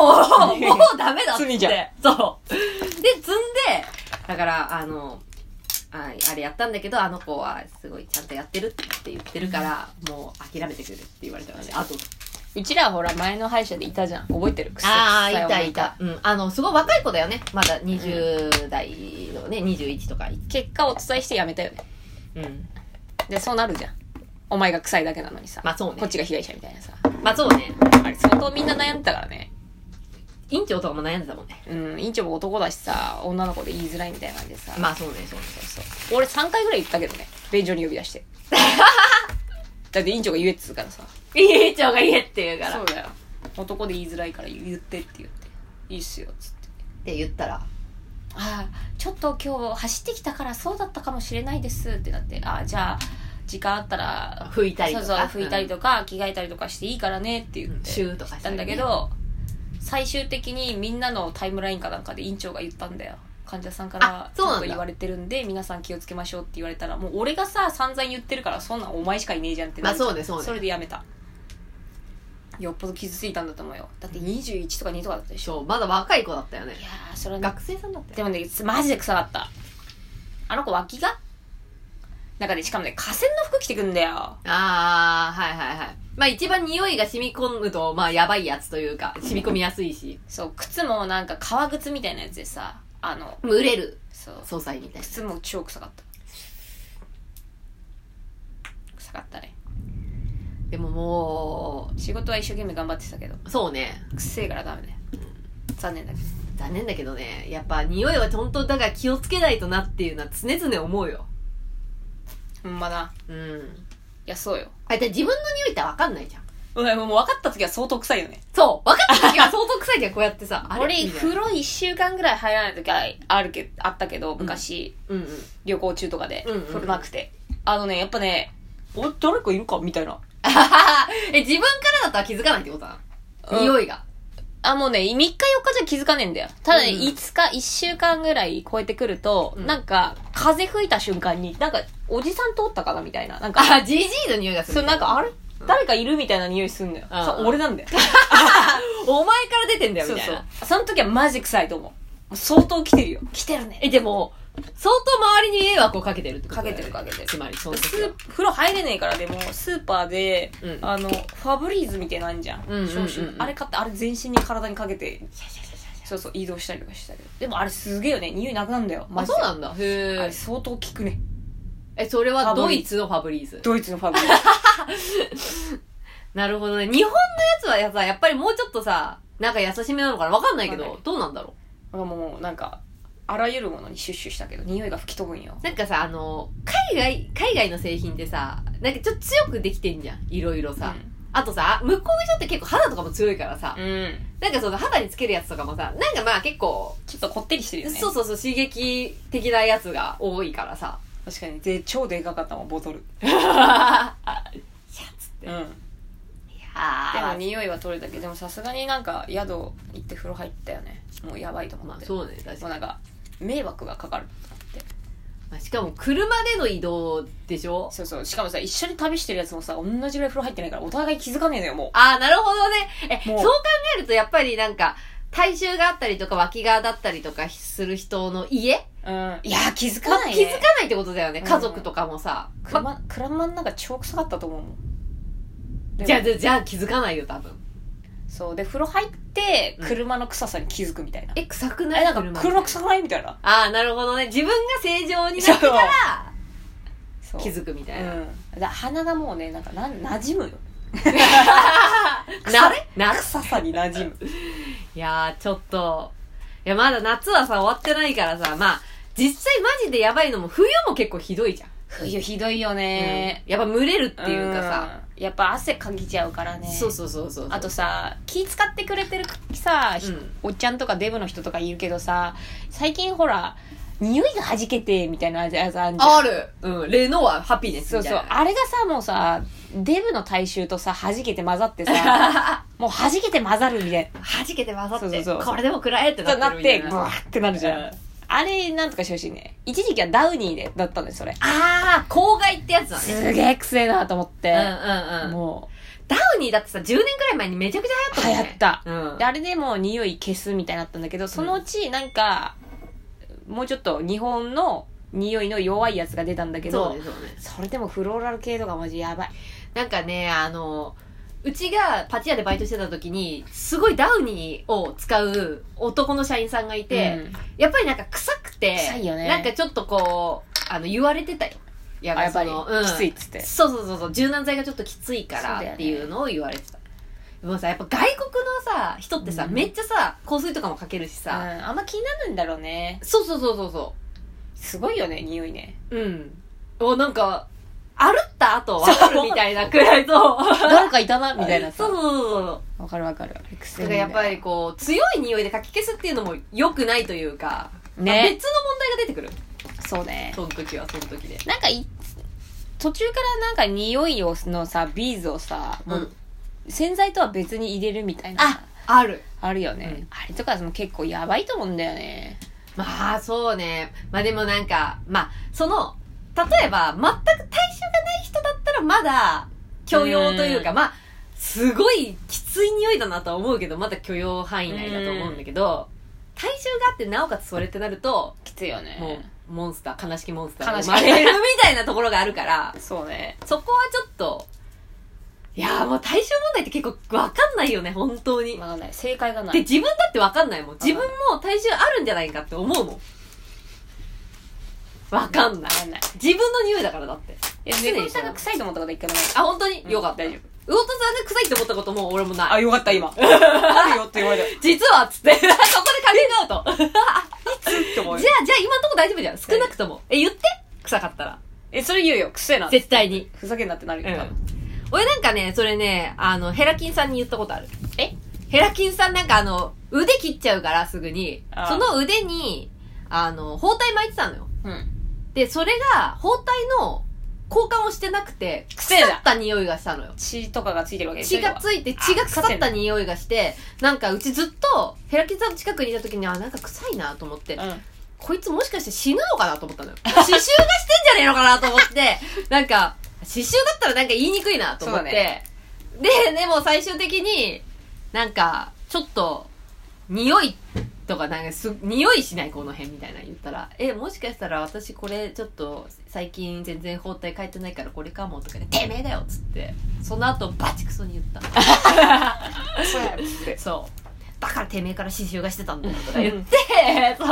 A: うもう <laughs> ダメだって
B: 罪じゃん
A: そうで積んでだからあのああれやったんだけどあの子はすごいちゃんとやってるって言ってるからもう諦めてくれって言われたからねあと
B: うちらほら前の歯医者でいたじゃん覚えてる
A: ーうんあのすごい若い子だよねまだ20代のね21とか
B: 結果お伝えしてやめたよね
A: うん
B: でそうなるじゃんお前が臭いだけなのにさ、
A: まあそうね
B: こっちが被害者みたいなさ
A: まあそうね
B: あれ相当みんな悩んでたからね
A: 院長とかも悩んでたもんね
B: うん院長も男だしさ女の子で言いづらいみたいな感じでさ、
A: まあそうねそうね
B: そうそう俺3回ぐらい言ったけどね便所に呼び出 <laughs> してだって院長が言えっつうからさ
A: 委員長が家って言うから
B: そ
A: っ
B: うだよ男で言いづらいから言ってって言っていいっすよっつって
A: て言ったら
B: ああちょっと今日走ってきたからそうだったかもしれないですってなってああじゃあ時間あったら
A: 拭いたりとか
B: そうそう拭いたりとか、着替えたりとかしていいからねって言って
A: シューとか
B: し
A: したた
B: ん
A: りね
B: だけど最終的にみんなのタイムラインかなんかで院長が言ったんだよ患者さんから
A: あそうなんだ
B: ちょっと言われてるんで皆さん気をつけましょうって言われたらもう俺がさ散々言ってるからそんなんお前しかいねえじゃんってなるじゃん
A: まあそうねそうね
B: それでやめたよっぽど傷ついたんだと思うよだって21とか2とかだったでしょ
A: そうまだ若い子だったよね
B: いやーそれはね
A: 学生さんだった
B: で
A: よ
B: もねマジで臭かったあの子脇がなんかねしかもね河川の服着てくんだよ
A: ああはいはいはいまあ一番匂いが染み込むとまあやばいやつというか染み込みやすいし
B: そう靴もなんか革靴みたいなやつでさあの
A: 蒸れる
B: そう
A: 総裁みたいな
B: 靴も超臭かった臭かったね
A: でもも
B: 仕事は一生懸命頑張ってたけど
A: うそうね
B: くせえからダメだよ残念だけど
A: 残念だけどねやっぱ匂いは本当だから気をつけないとなっていうのは常々思うよ
B: ほんまな
A: うん
B: いやそうよ
A: あで自分の匂いって分かんないじゃん
B: もうもう分かった時は相当臭いよね
A: そう分かった時 <laughs> は相当臭いじゃんこうやってさあれ
B: 俺
A: みたい
B: 風
A: な
B: 呂1週間ぐらい入らない時はあるけあったけど昔、
A: うんうん <laughs>
B: 旅行中とかで、
A: うんうん
B: 風呂なくてあのねやっぱね俺誰かいるかみたいな
A: え自分からだったら気づかないってことだ
B: う
A: な、
B: ん
A: 匂いが
B: あ、もうね、3日4日じゃ気づかねえんだよ。ただね、
A: うん
B: 5日、1週間ぐらい超えてくると、
A: うん
B: なんか、風吹いた瞬間に、なんか、おじさん通ったかなみたいな。なんか、
A: あジジイの匂いがする
B: そう、なんか、あれ
A: うん
B: 誰かいるみたいな匂いすんのよ。
A: うん
B: そう俺なんだよ。
A: お前から出てんだよ
B: そ
A: み
B: う
A: たいな
B: そう。その時はマジ臭いと思う。もう相当来てるよ。来てるね。
A: えでも相当周りに迷惑をかけてるってことだよね
B: かけてるかけてる
A: つまりその
B: ス
A: 時
B: ー
A: は
B: 風呂入れねえからでもスーパーで、
A: うん
B: あのファブリーズみたいなのあんじゃん,、
A: うんうんうんうん
B: 消臭あれ買ってあれ全身に体にかけてそうそう移動したりとかしたけどでもあれすげえよね匂いなくなるんだよマ
A: あ
B: ジ
A: そう
B: で
A: なんだ
B: あ
A: へ
B: れ相当効くね
A: えそれは
B: ファブ
A: ド
B: リーズ
A: イツのファブリーズ
B: ドイツのファブリーズ
A: なるほどね日本のやつはやさやっぱりもうちょっとさなんか優しめなのかなわかんないけ
B: わかん
A: ど
B: ない
A: どうなんだろ
B: もうなんかあらゆるものにシュッシュしたけど匂いが吹き飛ぶんよ
A: うなんかさあの海外海外の製品ってさなんかちょっと強くできてんじゃんいろいろさ、あとさ向こうの人って結構肌とかも強いからさ、
B: うん、うん、
A: なんかその肌につけるやつとかもさなんかまあ結構、
B: ちょっとこってりしてるよね
A: そうそうそう刺激的なやつが多いか
B: <laughs>
A: らさ
B: 確かにで超でかかったもんボトル
A: シャツって
B: うん
A: い
B: でも
A: やー
B: 匂いは取れたけどでもさすがになんか宿行って風呂入ったよねもうやばいと思
A: ま
B: っ
A: あ
B: て、
A: そうね確
B: もう
A: かに、
B: なんか迷惑がかかる
A: まあ、しかも車での移動でしょ
B: そうそうしかもさ一緒に旅してるやつもさ同じぐらい風呂入ってないからお互い気づかねえのよも
A: ああなるほどねえ
B: も
A: そうう考えるとやっぱりなんか体臭があったりとか脇側だったりとかする人の家
B: う、うん、いやー気づ
A: ま
B: か
A: あ
B: ない、
A: 気
B: ね、
A: づかないってことだよね
B: うん
A: 家族とかもさ、ま
B: 車車の中超臭かったと思うもんでも
A: じゃあじゃあじゃあ気づかないよ多分
B: そうで風呂入って
A: うん
B: 車の臭さに気づくみたいな、
A: え臭くない
B: えなんか車臭くないみたいな
A: ああなるほどね自分が正常になってから
B: そう
A: 気づくみたいな、
B: うん、だ鼻がもうねなんかな馴染む
A: <laughs>
B: よ
A: なれな
B: 臭さに馴染む
A: いやー、ちょっと、いや、まだ夏はさ、終わってないからさ、まあ、実際マジでやばいのも、冬も結構ひどいじゃん。
B: 冬ひどいよ
A: うんやっぱ蒸れるっていうかさ、
B: うんやっぱ汗かぎちゃうからね
A: そうそうそうそう
B: あとさ気使ってくれてるさ、
A: うん
B: おっちゃんとかデブの人とかいるけどさ最近ほら匂いがはじけてみたいなやつあるじゃん
A: あるうんレノはハピネス
B: そう
A: みたい
B: そ
A: な
B: うあれがさもうさデブの体臭とさはじけて混ざって
A: <laughs>
B: さもうはじけて混ざるみたい
A: はじけて混ざって
B: そうそうそう
A: これでも食らえって
B: な
A: な
B: な
A: って
B: っ
A: る
B: てブ
A: みたいな
B: ワーってなるじゃん、
A: うん
B: あれなんとかしてほしいね一時期はダウニーでだったんですそれ
A: ああ公害ってやつだね
B: すげえくせえなと思っ
A: うん
B: て、
A: うんうん
B: も
A: ダウニーだってさ10年くらい前にめちゃくちゃ
B: う
A: 流
B: 流
A: 行
B: 行
A: っ
B: ったた、
A: もんね
B: であれでもう匂い消すみたいになったんだけどそのうちなんか、もうちょっと日本の匂いの弱いやつが出たんだ
A: う
B: け
A: んそう
B: ど
A: ねそうね
B: それでもフローラル系とかマジやばい
A: なんかねあのうちがパチ屋でバイトしてた時にすごいダウニーを使う男の社員さんがいて、
B: うん
A: やっぱりなんか臭くて
B: 臭いよね
A: なんかちょっとこうあの言われてたよや
B: あやっぱり、
A: うん、
B: きついっつって
A: そうそうそうそう柔軟剤がちょっときついか
B: そう
A: ら
B: だよね
A: っていうのを言われてた、でもさやっぱ外国のさ人ってさ、
B: うん
A: めっちゃさ香水とかもかけるし
B: うん、
A: さ、
B: あんま気になるんだろうね
A: そうそうそうそうそ
B: すごいよね匂いね
A: ううんおなんか歩った後分かるみたいなくらいと <laughs>
B: 誰かい <laughs> たなみたいなさ
A: そうそうそうそう
B: わかるわかる
A: だからやっぱりこう強い匂いでかき消すっていうのも良くないというか、まあ
B: ね
A: 別の問題が出てくる
B: そうね
A: その時はその時で
B: なんかい途中からなんか匂いをのさビーズをさ、もう洗剤とは別に入れるみたいな
A: あある
B: あるよね、
A: うん
B: あれとかも結構やばいと思うんだよね
A: まあそうねまあでもなんかまあその例えば全く体臭がない人だったらまだ許容というか
B: う
A: まあすごいきつい匂いだなとは思うけどまだ許容範囲内だと思うんだけど体臭があってなおかつそれってなると
B: きついよね
A: もうモンスター悲しきモンスターが
B: 悲し
A: 生
B: き
A: まれるみたいなところがあるから
B: そうね
A: そこはちょっといやーもう体臭問題って結構わかんないよね本当に
B: わかんない正解がな
A: で
B: い
A: 自分だって分かんないもん自分も体重あるんじゃないかって思うもん分かんない
B: わかんない
A: 自分の匂いだからだって
B: え
A: 常に
B: 猫舌が臭いと思ったことは一回もない
A: あ本当に、
B: うん
A: よかった
B: 大丈夫
A: 魚とさんが臭いって思ったことも俺もない
B: よかった今あるよって言わ <laughs> れたい
A: 実はっつってそこでカミングアウトじゃ
B: つって思 <laughs>
A: あ
B: う
A: じゃあ今んとこ大丈夫じゃん少なくともえ言って臭かったら
B: えそれ言うよ癖な
A: 絶対に
B: ふざけんなってなるよ、
A: うん
B: 多分
A: 俺なんかねそれねあのヘラキンさんに言ったことある
B: え
A: ヘラキンさんなんかあの腕切っちゃうからすぐに
B: あ
A: その腕にあの包帯巻いてたのよ
B: うん
A: で、それが、包帯の交換をしてなくて、腐
B: 癖
A: っ
B: だ
A: た匂いがしたのよ。
B: 血とかがついてるわけでしょ
A: 血がついて、血が腐った匂いがして、なんかうちずっと、ヘラキンさんの近くにいた時に、あ、なんか臭いなと思って
B: 要、は
A: こいつもしかして死ぬのかなと思ったのよ。刺繍がしてんじゃねえのかなと思って、 <laughs> なんか、刺繍だったらなんか言いにくいなと思って、
B: そうだね
A: で、でも最終的に、なんか、ちょっと、匂いとか、なんかす、匂いしないこの辺みたいなの言ったら、え、もしかしたら私これちょっと、最近全然包帯変えてないからこれかもとかで、てめえだよっつって、その後バチクソに言った。
B: うんそうやろって
A: そう。だからてめえから刺繍がしてたんだよとか言って、そう。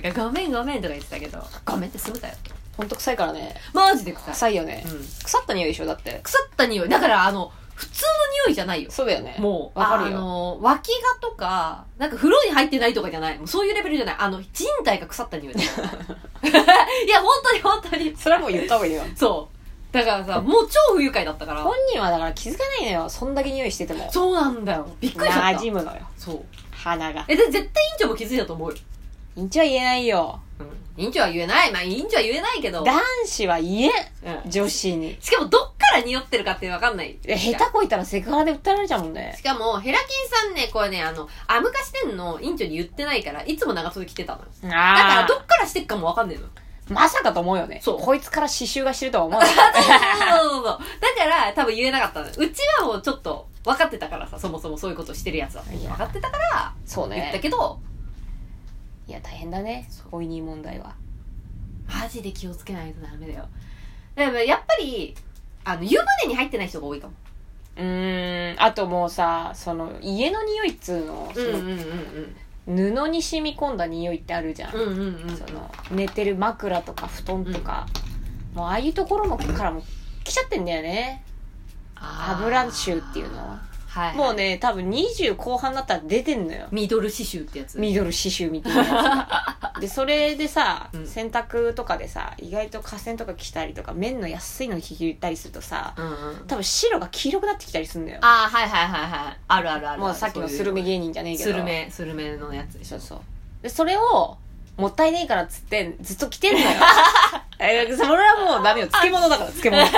A: なんかごめんごめんとか言ってたけど、ごめんって済むかよ。
B: ほんと臭いからね
A: マジで臭い。
B: 臭いよね、
A: うん
B: 腐った匂いでしょだって
A: 腐った匂い。だからあの、普通の匂いじゃないよ。
B: そうだよね
A: もう、
B: わかる
A: あ
B: よ
A: の、脇がとか、なんか風呂に入ってないとかじゃない。もうそういうレベルじゃない。あの、人体が腐った匂いだよ
B: <laughs>
A: いや、本当に本当に。
B: それはもう言った方が
A: <laughs>
B: いいよ
A: そう。だからさ、もう超不愉快だったから
B: 本。人はだから気づかないのよそんだけ匂いしてても
A: そうなんだよ。びっくりしちゃっ
B: 馴
A: た。
B: 染むのよ
A: そう。
B: 鼻が
A: え、で、絶対院長も気づいたと思うよ。
B: 院長は言えないよ
A: うん。院長は言えない。まあ、院長は言えないけど。
B: 男子は言えん
A: うん
B: 女子に
A: しかもどっから匂ってるかって分かんない。
B: え下手こいたらセクハラで訴えられちゃうもんね
A: しかも、ヘラキンさんね、これね、あの、アムカ支店の院長に言ってないから、いつも長袖着てたのよ。
B: あ
A: だから、
B: あ
A: どっからしてっかも分かん
B: <laughs>
A: ないの。
B: まさかと思うよね
A: そう
B: こいつから刺繍がしてるとは思うよ
A: <laughs> そうそうそう。だから、多分言えなかったのよ。うちはもうちょっと、分かってたからさ、そもそもそういうことしてるやつは。
B: い
A: 分
B: や
A: かってたから、
B: そう
A: 言った
B: ね
A: けど、
B: いや大変だね
A: そう
B: 恋に問題は
A: マジで気をつけないとダメだよ。でも、やっぱり、あの、湯船に入ってない人が多いかも。
B: うーんあともうさその家の匂いっつうの,、その
A: うん
B: 布に染み込んだ匂いってあるじゃん、
A: うんうんうん。
B: その寝てる枕とか布団とか、もうああいうところもからも来ちゃってんだよね油臭っていうのは
A: はい
B: もうね多分20後半になったら出てんのよ
A: ミドル刺繍ってやつ
B: ミドル刺繍みたいなやつが
A: <laughs>
B: でそれでさ、
A: うん
B: 洗濯とかでさ意外と河川とか着たりとか綿の安いの着たりするとさ
A: うんうん
B: 多分白が黄色くなってきたりするんだよ
A: ああはいはいはいはいあるあるある
B: もうさっきのスルメ芸人じゃねえけど
A: スルメスルメのやつでし
B: そ
A: ょ
B: うそうでそれをもったいねえからっつってずっと着てん <laughs> のよえそれはもうダメよ漬物だから漬物 <laughs>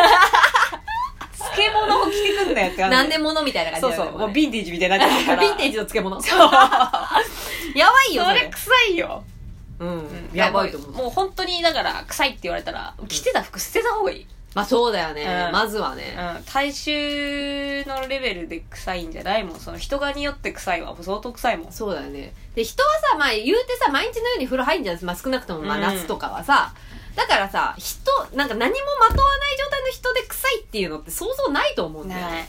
B: 漬物を着てくんなよって感じ
A: 何年物みたいな感
B: そう
A: じだ
B: そ
A: よね
B: うもう
A: これ
B: <laughs> ヴィンテージみたいになっちゃってるか
A: <laughs>
B: ら
A: ヴィンテージの漬物
B: そう
A: やばいよ
B: それ臭いよ、
A: うんやばいと思う
B: もう本当にだから臭いって言われたら着てた服捨てた方がいい、
A: まあそうだよね
B: うん
A: まずはね
B: うん、大衆のレベルで臭いんじゃないもんその人がによって臭いわもう相当臭いもん
A: そうだよねで人はさまあ言うてさ毎日のように風呂入んじゃん、まあ、少なくともまあ
B: うん
A: 夏とかはさ、だからさ人なんか何もまとわない状態の人で臭いっていうのって想像ないと思うんだよ
B: ない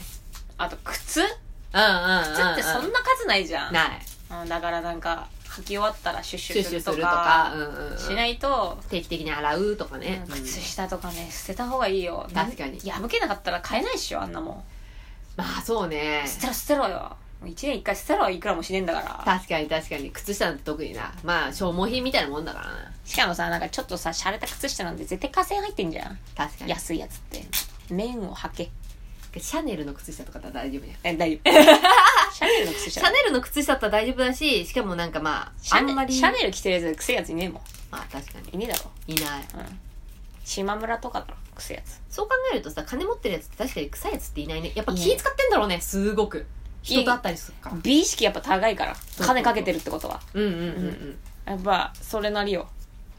B: あと靴靴っ
A: うんうんうん、うん、
B: てそんな数ないじゃん
A: ない
B: うん、だからなんか履き終わったらシュッシ
A: シュ
B: ュ
A: ッ
B: す
A: シュ
B: る
A: す
B: と
A: るとか
B: か
A: うんうんうん
B: しないと、
A: 定期的に洗うとかね、うん
B: 靴下とかね捨てた方がいいよ
A: 確かに
B: なん破けなかったら買えないっしょあんなもん
A: まあそうね
B: 捨てろ捨てろよもう1年1回捨てろいくらもしねえんだから
A: 確かに確かに靴下なんて特になまあ消耗品みたいなもんだからな
B: しかもさなんかちょっとさ洒落た靴下なんて絶対河川入ってんじゃん
A: 確かに
B: 安いやつって綿を履け
A: シャネルの靴下とかだったら大丈夫や
B: え大丈夫 <laughs> シャネルの靴
A: シ
B: 下
A: ャネルの靴下だったら大丈夫だししかもなんかまあ
B: シ
A: あ
B: ャ
A: ん
B: ネ
A: まり
B: シャネル着てるやつ臭いやついねえも
A: まあ確かに
B: んいねえだろ
A: いない
B: うん島村とかだろ臭いやつ
A: そう考えるとさ金持ってるやつって確かに臭いやつっていないねやっぱ気使ってんだろうねすごく人と会ったりするから
B: 美意識やっぱ高いから
A: うそう
B: 金かけてるってことは
A: うんうんうんう
B: うんやっぱそれなりよ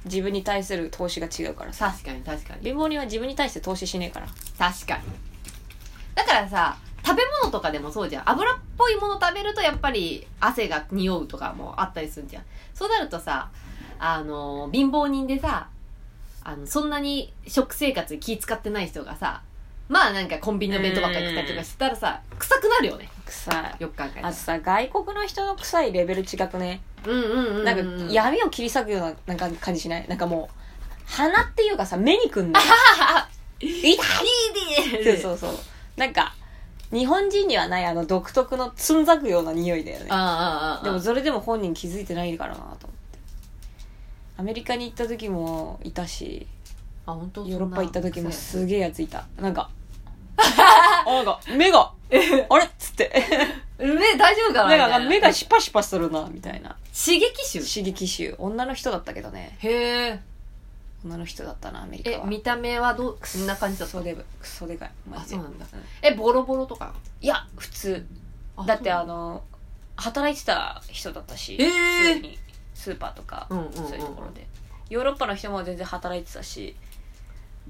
B: 自分に対する投資が違うからさ
A: 確かに確かに
B: 貧乏人は自分に対して投資しねえから
A: 確かにだからさ食べ物とかでもそうじゃん油っぽいもの食べるとやっぱり汗が匂うとかもあったりするじゃんそうなるとさあの貧乏人でさあのそんなに食生活に気使ってない人がさまあなんかコンビニの弁当ばっかり食ったりとかしてたらさ臭くなるよね
B: 臭い
A: よく考えた
B: あ
A: ら
B: とさ外国の人の臭いレベル違くね
A: うんうんうんうん
B: なんか闇を切り裂くようななんか感じしないなんかもう鼻っていうかさ目にくんの痛い
A: いい
B: そう
A: ね
B: そうそうなんか日本人にはないあの独特のつんざくような匂いだよね
A: ああああああ
B: でもそれでも本人気づいてないからなと思ってアメリカに行った時もいたし
A: あ本当
B: ヨーロッパ行った時も
A: そ
B: すげえやついたなん
A: <laughs>
B: かあなんか目があれっつ
A: <laughs>
B: って
A: うや目大丈夫かな
B: 目が
A: みたいな
B: 目がシパシパするなみたいな
A: 刺激臭
B: 刺激臭女の人だったけどね
A: へえ
B: 女の人だったなアメリカ
A: え
B: は
A: 見た目はどうこんな感じだ
B: ク
A: った
B: ソでぶクソでかいマジで
A: あそうなんだえボロボロとか
B: いや普通だってあの働いてた人だったし、
A: え
B: 普通
A: え
B: にスーパーとか、
A: うんうんうんうん
B: そういうところでヨーロッパの人も全然働いてたし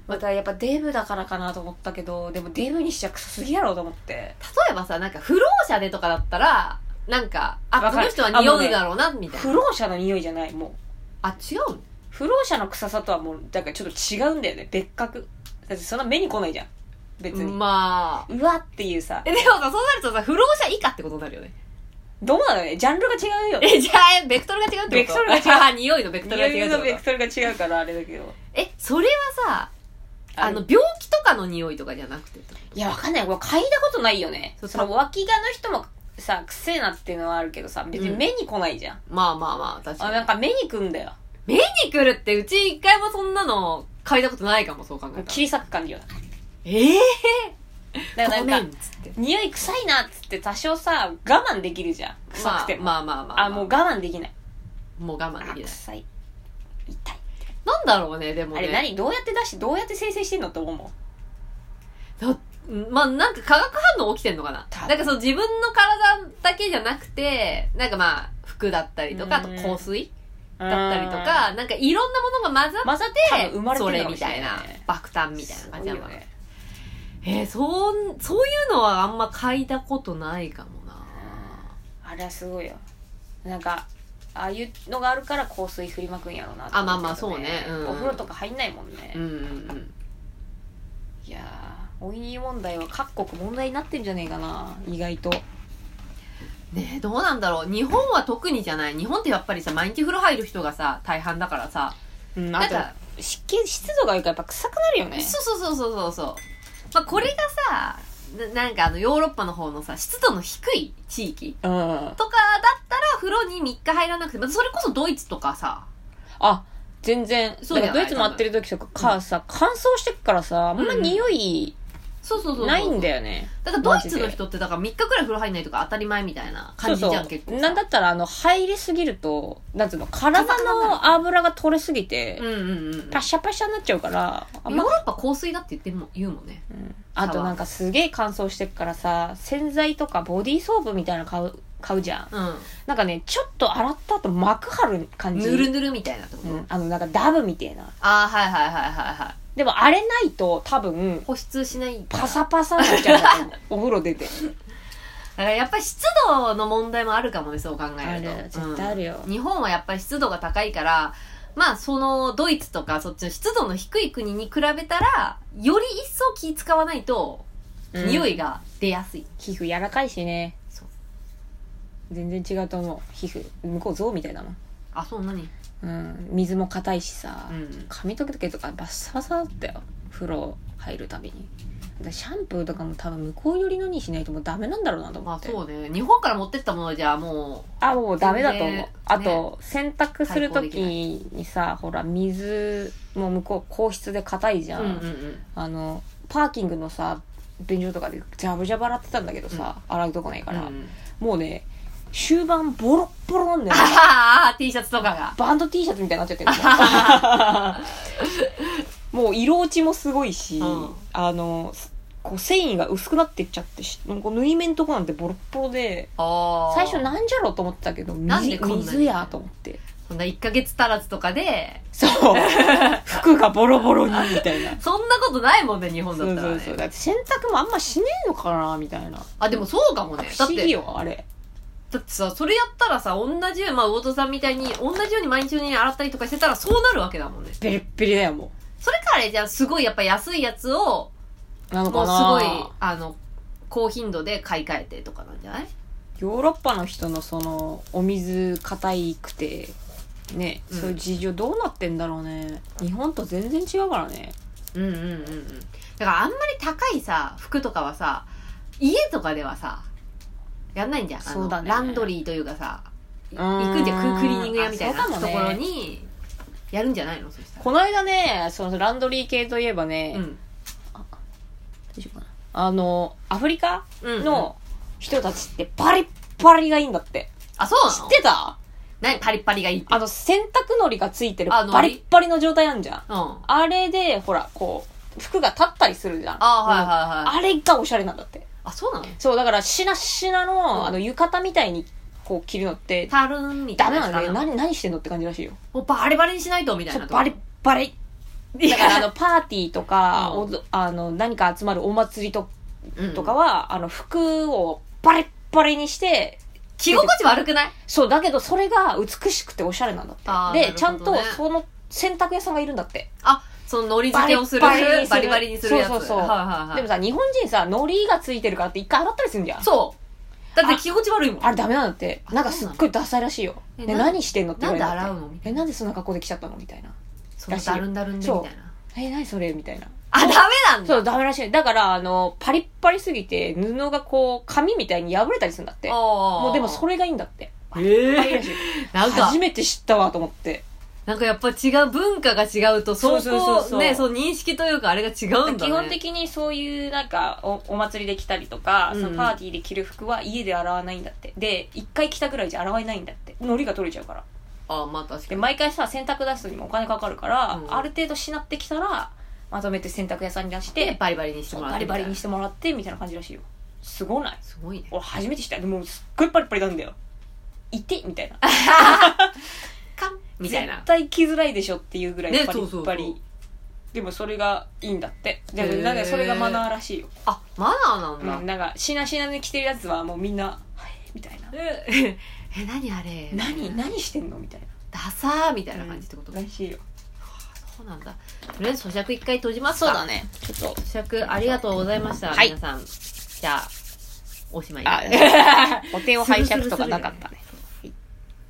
B: またやっぱデブだからかなと思ったけどでもデブにしちゃクソすぎやろと思って
A: 例えばさなんか不老者でとかだったらなんかあ
B: わ
A: こ
B: か
A: の
B: る
A: 人は匂うだろうなみたい
B: 不
A: な
B: 老者の匂いじゃないもう
A: あ違うの
B: 不老者の臭さとはもうだからちょっと違うんだよね別格だってそんな目に来ないじゃん別に、
A: まあ
B: うわっていうさ
A: えでもさそうなるとさ不老者以下ってことになるよね
B: どうなのねジャンルが違うよ
A: えじゃあえベクトルが違うってこと
B: ベクトルが違
A: あ匂いのベクトルが
B: 匂
A: 違う
B: い
A: っ
B: の
A: て
B: ベ
A: こ
B: クトルが違うからあれだけど
A: とえそれはさあの
B: れ
A: 病気とかの匂いとかじゃなくてってこと
B: いやわかんないこれ嗅いだことないよね
A: そう
B: その脇がの人もさくせえなっていうのはあるけどさ別に目に来ないじゃん、
A: まあまあまあ確か
B: あ
A: に
B: なんか目にくんだよ
A: 目に来るってうち一回もそんなの嗅いだことないかもそう考えた
B: 切り
A: ら
B: 裂く感じよ
A: ええ
B: だから
A: ご
B: な
A: め
B: ん
A: んっ
B: か
A: つって
B: 匂い臭いなっつって多少さ我慢できるじゃん臭くても、
A: まあまあまあまあ、
B: あもう我慢できない
A: もう我慢
B: あ
A: できない
B: 臭い痛い
A: なんだろうねでも
B: あ
A: ね
B: れ何どうやって出してどうやって生成してんのって思うもん
A: だまあなんか化学反応起きてんのかな
B: 多分
A: なんかそう自分の体だけじゃなくてなんかまあ服だったりとかあと
B: うん
A: 香水だったりとかなんかいろんなものが混ざって
B: 混ざって多分生まれて
A: そ
B: る
A: れ
B: のかも
A: み
B: しれ
A: た
B: ない
A: いな
B: ね
A: 爆誕
B: うん
A: みたいな感じ
B: すごい
A: なの
B: よ
A: かな、
B: ね
A: えー、そんそういうのはあんま嗅いだことないかもな
B: あれはすごいよなんかああいうのがあるから香水振りまくんやろうなと思うけど
A: あまあまあそうねうん
B: お風呂とか入んないもんね、
A: うんうんうん
B: いやーおいに問題は各国問題になってんじゃねえかな意外と
A: ねえどうなんだろう日本は特にじゃない日本ってやっぱりさ毎日風呂入る人がさ大半だからさ
B: うん
A: な
B: あ
A: んか
B: と湿気湿度があるからやっぱ臭くなるよね
A: そうそうそうそうそうそうまあこれがさななんかあのヨーロッパの方のさ、湿度の低い地域
B: うん。
A: とかだったら風呂に3日入らなくて、まあ、それこそドイツとかさ、
B: あ、全然。
A: そうじゃない
B: だからドイツ回ってる時とか、かさ、乾燥してっからさ、あんま匂い
A: そうそうそうそう。
B: ないんだよね。
A: だからドイツの人ってだから3日くらい風呂入んないとか当たり前みたいな感じじゃん
B: そう
A: 結
B: そ
A: 構
B: う。
A: さ
B: なんだったら、あの、入りすぎると、なんつうの、体の油が取れすぎて
A: うん、うんうん
B: パシャパシャになっちゃうから、あ
A: ヨ
B: んま
A: ーロ、ッパ香水だって言っても言うもんね
B: うんあとなんかすげえ乾燥してっからさ、洗剤とかボディーソープみたいなの買う、買うじゃん。
A: うん
B: なんかね、ちょっと洗った後膜張る感じ。
A: ぬるぬるみたいなってこと、
B: うん。あの、なんかダブみたいな。
A: ああはいはいはいはいはい
B: でも、あれないと多分、
A: 保湿しない
B: パサパサになっちゃう
A: <laughs>
B: からお風呂出て。
A: だからやっぱり湿度の問題もあるかもねそう考えると
B: ある絶対あるよ
A: うん日本はやっぱり湿度が高いからまあそのドイツとかそっちの湿度の低い国に比べたらより一層気使わないと
B: うん
A: 匂いが出やすい、
B: 皮膚柔らかいしね
A: そう
B: 全然違うと思う皮膚向こう象みたいだもん、
A: あそう何
B: うん、水も硬いしさ、
A: うん
B: 髪の毛とかバッサバサだったよ風呂入るたびにだからシャンプーとかも多分向こう寄りのにしないともうダメなんだろうなと思
A: まあ
B: って、
A: そうね日本から持ってったものじゃも
B: あもうダメだと思う、
A: ね
B: あと洗濯する
A: 対抗でき
B: 時にさほら水も向こう硬質で硬いじ
A: う
B: ゃ、
A: うんんうんうん
B: あのパーキングのさ便所とかでジャブジャブ洗ってたんだけどさ、洗うとこないから、
A: うん
B: もうね終盤ボロッボロなんだよ
A: <laughs> あははあー T シャツとかが
B: バンド T シャツみたいになっちゃってる
A: <laughs>
B: のもう色落ちもすごいし、
A: うん
B: あのすこう繊維が薄くなってっちゃってしこう縫い目のとこなんてボロッボロで
A: あ
B: 最初
A: な
B: なんじゃろうと思ってたけど
A: なんで
B: 水
A: こんなに
B: 水やと思って
A: そんな1ヶ月足らずとかで
B: そう <laughs> 服がボロボロにみたいな
A: そんなことないもんね日
B: そう
A: 本だ
B: そう
A: ったらね
B: そうだって洗濯もあんましねえのかなみたいな
A: あでもそうかもね
B: 不
A: だっ
B: 思議
A: て
B: よあれ
A: だってさ、それやったらさ、同じように、まあ、魚田さんみたいに、同じように毎日のように洗ったりとかしてたら、そうなるわけだもんね。
B: ベリッベリだよも
A: それからあれじゃあ、すごいやっぱ安いやつを、
B: うなの
A: も
B: か
A: うす
B: な
A: ごい、あの、高頻度で買い替えてとかなんじゃない
B: ヨーロッパの人のそのお水硬いくてね、
A: うん
B: そういう事情どうなってんだろうね日本と全然違うからね
A: うんうんうんうん。だからあんまり高いさ、服とかはさ、家とかではさ、やんないんじゃん。あの
B: そうだね
A: ランドリーというかさ、い
B: ん
A: 行くんじゃんククリーニング屋みたいな
B: あ
A: と
B: そうかもね
A: ころに、やるんじゃないのそしたら。
B: この間ねそのランドリー系といえばね、
A: うん。
B: 大丈夫かなあのアフリカ
A: うん。
B: の人たちってバリッバリがいいんだって、
A: あ、そうな
B: 知っ
A: の
B: てた
A: 何パリッパリがいいって。
B: あの洗濯のりがついてるバ
A: あ海苔
B: リッバリの状態あんじゃん
A: うん。あ
B: あれでほらこう服が立ったりするじゃん
A: あ、はいはいはい。
B: あれがおしゃれなんだって
A: あ、そうなの
B: そう、だから、しなしなの、
A: うん
B: あの、浴衣みたいに、こう、着るのって、
A: たるんみた
B: ダ
A: い
B: メ
A: な
B: な
A: やつ
B: の
A: か
B: ね。
A: な。
B: 何、何してんのって感じらしいよ。
A: もうバリバリにしないとみたい
B: そ
A: な
B: う
A: とこ。
B: バリッバリ。
A: いや
B: だから、あの、パーティーとか、
A: うん
B: おどあの、何か集まるお祭りと
A: うん
B: とかは、あの、服をバリッバリにして、
A: 着心地悪くない
B: そう、だけど、それが美しくておしゃれなんだっ
A: あー
B: て。
A: なるほど
B: で、ちゃ
A: ね
B: んと、その、洗濯屋さんがいるんだって。
A: あ、そのノリ付けをする。
B: バリバリにする
A: バリバリにするやつ。
B: そうそうそう
A: はいはいはい。
B: でもさ、日本人さ、海苔がついてるからって一回洗ったりするんじゃん。
A: そう。だって着心地悪いもん。
B: あれダメなんだって。
A: あ
B: なんかすっごいダサいらしいよ。
A: そうな
B: で
A: のえな
B: 何してんのって言われたって
A: なんで洗うの
B: え、なんでそんな格好で来ちゃったのみたいな。
A: そうだるんだるんでみたいな。
B: え、何それみたいな。
A: あ、ダメなんだ。
B: そう、ダメらしい。だから、あの、パリッパリすぎて、布がこう、紙みたいに破れたりするんだって。も
A: も
B: うでもそれがいいんだって。パリ
A: え
B: ら
A: え。
B: しい。
A: <laughs> なんか
B: 初、めて知ったわと思って。
A: なんかやっぱ違う、文化が違うと、そ
B: そううそうそう
A: こ、
B: そうう
A: ね、そう認識というかあれが違うんだね。
B: 基本的にそういう、なんかお、お祭りで着たりとか、
A: うん
B: そのパーティーで着る服は家で洗わないんだって。で、一回着たぐらいじゃ洗えないんだって。糊が取れちゃうから。
A: あ、まあ確か
B: で、
A: に。
B: 毎回さ、洗濯出すのにもお金かかるから、
A: うん
B: ある程度しなってきたら、まとめて洗濯屋さんに出し
A: で
B: て、、
A: バリバリにしてもらって。
B: バリバリにしてもらって、みたいな感じらしいよ。すごない
A: すごいね。
B: 俺初めて知ったでもすっごいパリパリなんだよいてみたいな
A: かん <laughs> みたいな
B: 絶。対着づらいでしょっていうぐらい
A: ね
B: パリ
A: そうそうそ
B: ッ
A: う
B: パリ、でもそれがいいんだって
A: へー
B: でなんかそれがマナーらしいよ、
A: あ、マナーなんだ
B: うん、。なんかしなしなで着てるやつはもうみんな「はい」みたいな
A: え、え何あれ
B: 「何何してんの?」みたいな
A: ダサーみたいな感じってこと、
B: らしいよ
A: そうなんだ。とりあえず咀嚼一回閉じますか。
B: ねちょっと
A: 咀嚼ありがとうございました、
B: はい <laughs>
A: 皆さん。じゃあ、おしまいです
B: あお手を拝借とかなかったね